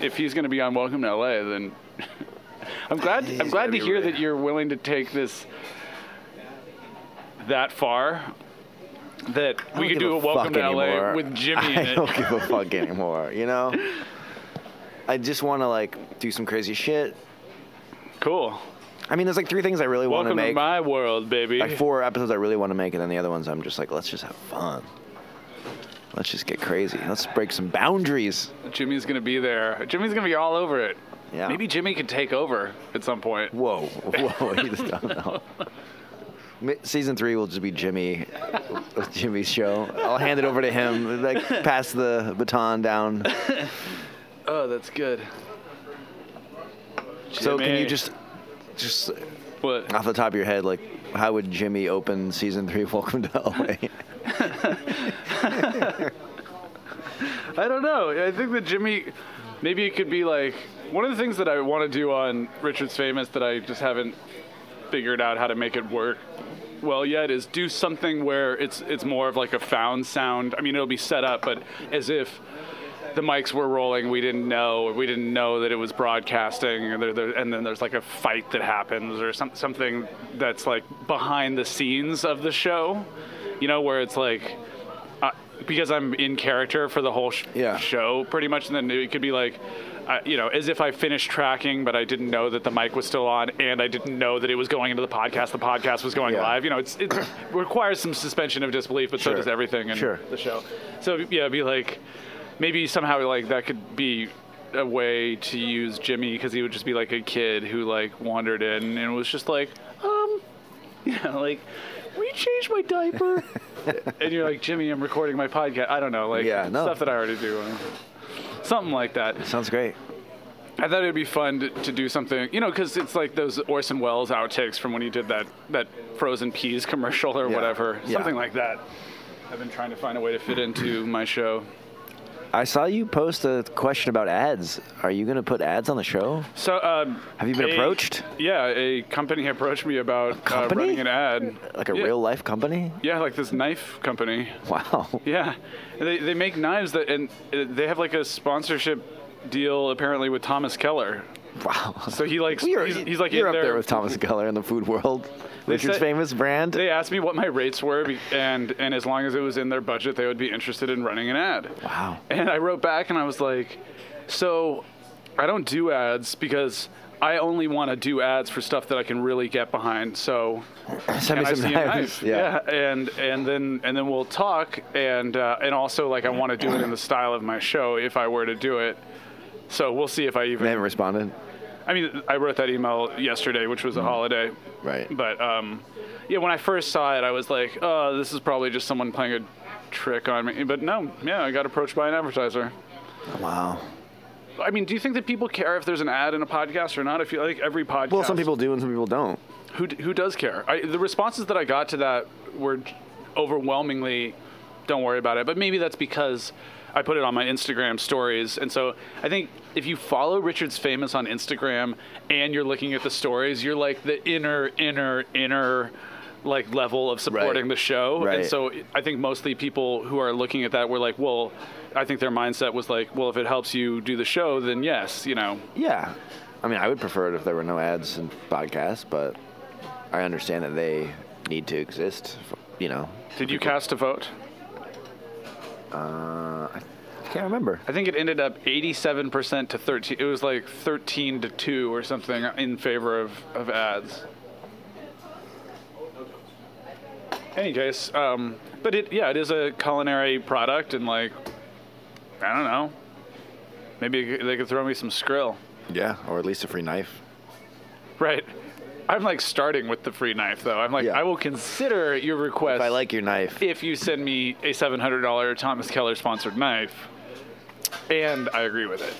Speaker 1: if he's going to be on Welcome to LA, then I'm glad I'm
Speaker 2: He's
Speaker 1: glad
Speaker 2: gotta
Speaker 1: to
Speaker 2: be
Speaker 1: hear
Speaker 2: ready.
Speaker 1: that you're willing to take this that far. That
Speaker 2: I
Speaker 1: we
Speaker 2: don't
Speaker 1: could
Speaker 2: give
Speaker 1: do a Welcome
Speaker 2: fuck
Speaker 1: to LA
Speaker 2: anymore.
Speaker 1: with Jimmy in
Speaker 2: I
Speaker 1: it.
Speaker 2: don't give a fuck anymore, you know. I just want to like do some crazy shit.
Speaker 1: Cool.
Speaker 2: I mean, there's like three things I really want to
Speaker 1: Welcome to
Speaker 2: make.
Speaker 1: my world, baby.
Speaker 2: like four episodes I really want to make, and then the other ones I'm just like, let's just have fun. Let's just get crazy. Let's break some boundaries.
Speaker 1: Jimmy's gonna be there. Jimmy's gonna be all over it.
Speaker 2: Yeah.
Speaker 1: Maybe Jimmy could take over at some point.
Speaker 2: Whoa, whoa, you just don't know. Mi- Season three will just be Jimmy, Jimmy's show. I'll hand it over to him. Like pass the baton down.
Speaker 1: Oh, that's good.
Speaker 2: So can
Speaker 1: Jimmy.
Speaker 2: you just, just
Speaker 1: What?
Speaker 2: off the top of your head, like how would Jimmy open season three? of Welcome to LA.
Speaker 1: I don't know. I think that Jimmy, maybe it could be like one of the things that I want to do on Richard's Famous that I just haven't figured out how to make it work well yet is do something where it's it's more of like a found sound. I mean, it'll be set up, but as if the mics were rolling, we didn't know, or we didn't know that it was broadcasting, or there, there, and then there's like a fight that happens, or some, something that's like behind the scenes of the show, you know, where it's like. Uh, because I'm in character for the whole sh-
Speaker 2: Yeah.
Speaker 1: show, pretty much, and then it could be like, uh, you know, as if I finished tracking, but I didn't know that the mic was still on, and I didn't know that it was going into the podcast. The podcast was going
Speaker 2: Yeah.
Speaker 1: live. You know, it's it requires some suspension of disbelief, but so
Speaker 2: Sure.
Speaker 1: does everything in
Speaker 2: Sure.
Speaker 1: the show. So yeah, it'd be like, maybe somehow like that could be a way to use Jimmy because he would just be like a kid who like wandered in and was just like, um, you know, like, will you change my diaper? and you're like, Jimmy, I'm recording my podcast. I don't know, like
Speaker 2: Yeah, no.
Speaker 1: stuff that I already do. uh, Something like that.
Speaker 2: Sounds great.
Speaker 1: I thought it'd be fun to, to do something, you know, because it's like those Orson Welles outtakes from when he did that that frozen peas commercial or
Speaker 2: Yeah.
Speaker 1: whatever,
Speaker 2: Yeah.
Speaker 1: something like that. I've been trying to find a way to fit into my show.
Speaker 2: I saw you post a question about ads. Are you gonna put ads on the show?
Speaker 1: So, um,
Speaker 2: Have you been
Speaker 1: a-
Speaker 2: approached?
Speaker 1: Yeah, a company approached me about uh,
Speaker 2: company?
Speaker 1: running an ad,
Speaker 2: Like a
Speaker 1: Yeah.
Speaker 2: real life company?
Speaker 1: Yeah, like this knife company.
Speaker 2: Wow.
Speaker 1: Yeah, they they make knives that, and uh, they have like a sponsorship deal apparently with Thomas Keller.
Speaker 2: Wow.
Speaker 1: So he likes
Speaker 2: You're,
Speaker 1: he's, he's like
Speaker 2: you're
Speaker 1: in
Speaker 2: up there
Speaker 1: their-
Speaker 2: with Thomas Keller in the food world. Richard's
Speaker 1: said-
Speaker 2: famous brand.
Speaker 1: They asked me what my rates were, be- and and as long as it was in their budget, they would be interested in running an ad.
Speaker 2: Wow.
Speaker 1: And I wrote back, and I was like, so I don't do ads because I only want to do ads for stuff that I can really get behind. So
Speaker 2: Send
Speaker 1: and
Speaker 2: me
Speaker 1: I
Speaker 2: some
Speaker 1: see a knife.
Speaker 2: knives.
Speaker 1: Yeah. and and then and then we'll talk, and uh, and also like I want to do it in the style of my show if I were to do it. So we'll see if I
Speaker 2: They
Speaker 1: even.
Speaker 2: haven't responded.
Speaker 1: I mean, I wrote that email yesterday, which was a holiday.
Speaker 2: Right.
Speaker 1: But um, yeah, when I first saw it, I was like, "Oh, this is probably just someone playing a trick on me." But no, yeah, I got approached by an advertiser.
Speaker 2: Wow.
Speaker 1: I mean, do you think that people care if there's an ad in a podcast or not? I feel like every podcast.
Speaker 2: Well, some people do and some people don't.
Speaker 1: who d- who does care? I, the responses that I got to that were j- overwhelmingly, "Don't worry about it." But maybe that's because I put it on my Instagram stories, and so I think if you follow Richard's famous on Instagram and you're looking at the stories, you're like the inner, inner, inner. Like level of supporting
Speaker 2: Right.
Speaker 1: the show,
Speaker 2: Right.
Speaker 1: and so I think mostly people who are looking at that were like, "Well, I think their mindset was like, well, if it helps you do the show, then yes, you know,
Speaker 2: Yeah. I mean, I would prefer it if there were no ads in podcasts, but I understand that they need to exist. f- You know.
Speaker 1: did you cast a vote?"
Speaker 2: Uh, I can't remember.
Speaker 1: I think it ended up 87% to 13. It was like 13 to 2 or something in favor of, of ads. Any case, um, but it yeah, it is a culinary product and like I don't know. Maybe they could throw me some skrill.
Speaker 2: Yeah, or at least a free knife.
Speaker 1: Right. I'm like starting with the free knife though. I'm like
Speaker 2: Yeah.
Speaker 1: I will consider your request
Speaker 2: If I like your knife.
Speaker 1: if you send me a $700 Thomas Keller sponsored knife and I agree with it.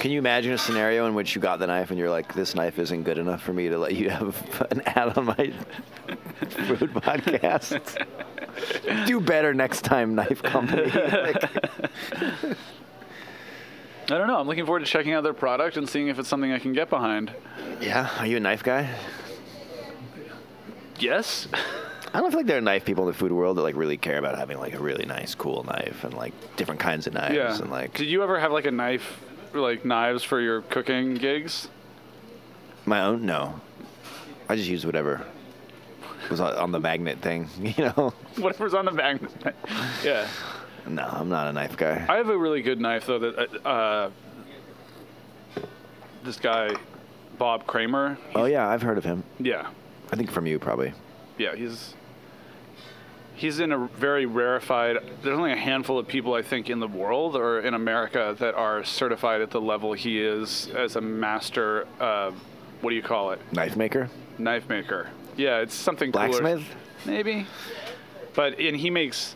Speaker 2: Can you imagine a scenario in which you got the knife and you're like, this knife isn't good enough for me to let you have an ad on my food podcast? Do better next time, knife company. Like,
Speaker 1: I don't know. I'm looking forward to checking out their product and seeing if it's something I can get behind.
Speaker 2: yeah, are you a knife guy?
Speaker 1: Yes.
Speaker 2: I don't feel like there are knife people in the food world that like really care about having like a really nice, cool knife and like different kinds of knives
Speaker 1: yeah.
Speaker 2: and like
Speaker 1: Did you ever have like a knife, like knives for your cooking gigs?
Speaker 2: My own? No. I just used whatever was on- on the magnet thing, you know?
Speaker 1: Whatever's on the back. yeah.
Speaker 2: No, I'm not a knife guy.
Speaker 1: I have a really good knife though that uh, uh, this guy Bob Kramer.
Speaker 2: Oh, yeah, I've heard of him.
Speaker 1: Yeah,
Speaker 2: I think from you, probably.
Speaker 1: yeah, he's he's in a very rarefied. There's only a handful of people I think in the world or in America that are certified at the level he is as a master. Uh, what do you call it?
Speaker 2: Knife maker?
Speaker 1: Knife maker. Yeah, it's something cooler.
Speaker 2: Blacksmith?
Speaker 1: maybe. But and he makes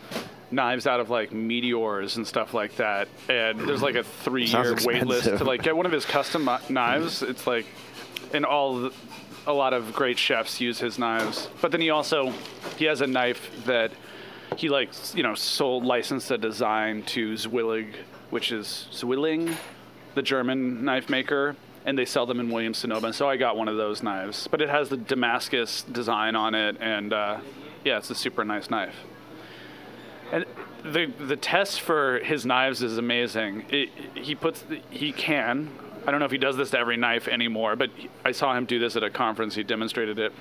Speaker 1: knives out of like meteors and stuff like that. And there's like a three-year
Speaker 2: Sounds
Speaker 1: wait list to
Speaker 2: expensive.
Speaker 1: like get one of his custom mi- knives. It's like, and all the, a lot of great chefs use his knives. But then he also he has a knife that he like s- you know sold licensed a design to Zwillig, which is Zwilling, the German knife maker. And they sell them in Williams Sonoma, so I got one of those knives. But it has the Damascus design on it, and uh, yeah, it's a super nice knife. And the the test for his knives is amazing. It, he puts the, he can. I don't know if he does this to every knife anymore, but he- I saw him do this at a conference. He demonstrated it.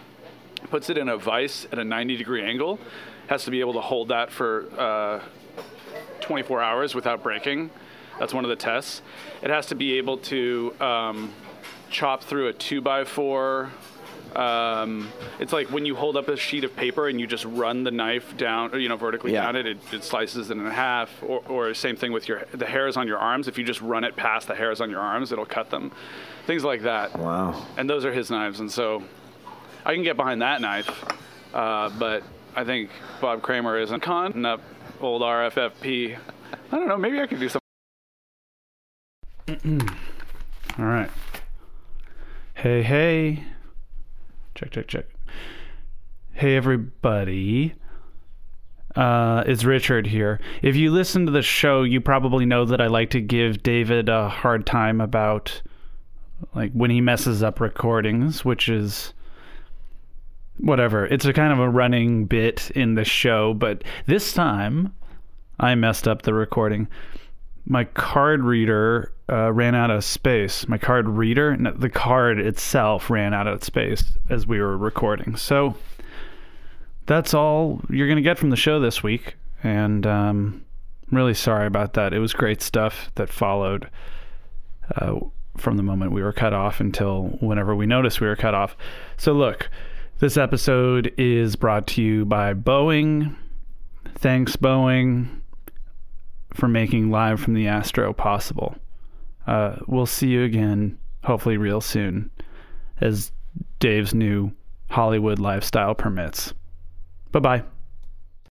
Speaker 1: Puts it in a vise at a 90 degree angle. Has to be able to hold that for uh, 24 hours without breaking. That's one of the tests. It has to be able to um, chop through a two by four. Um, it's like when you hold up a sheet of paper and you just run the knife down, or, you know, vertically
Speaker 2: Yeah.
Speaker 1: down it, it, it slices it in half. Or, or same thing with your the hairs on your arms. If you just run it past the hairs on your arms, it'll cut them. Things like that.
Speaker 2: Wow.
Speaker 1: And those are his knives, and so I can get behind that knife. Uh, but I think Bob Kramer isn't con up old RFFP. I don't know. Maybe I could do something. All right. Hey, hey. Check, check, check. Hey, everybody. Uh, it's Richard here. If you listen to the show, you probably know that I like to give David a hard time about like when he messes up recordings, which is whatever. It's a kind of a running bit in the show, but this time I messed up the recording. My card reader uh, ran out of space. My card reader, no, the card itself ran out of space as we were recording. So that's all you're going to get from the show this week. And um, I'm really sorry about that. It was great stuff that followed uh, from the moment we were cut off until whenever we noticed we were cut off. So, look, this episode is brought to you by Boeing. Thanks, Boeing, for making Live from the Astro possible. Uh, we'll see you again, hopefully, real soon, as Dave's new Hollywood lifestyle permits. Bye bye.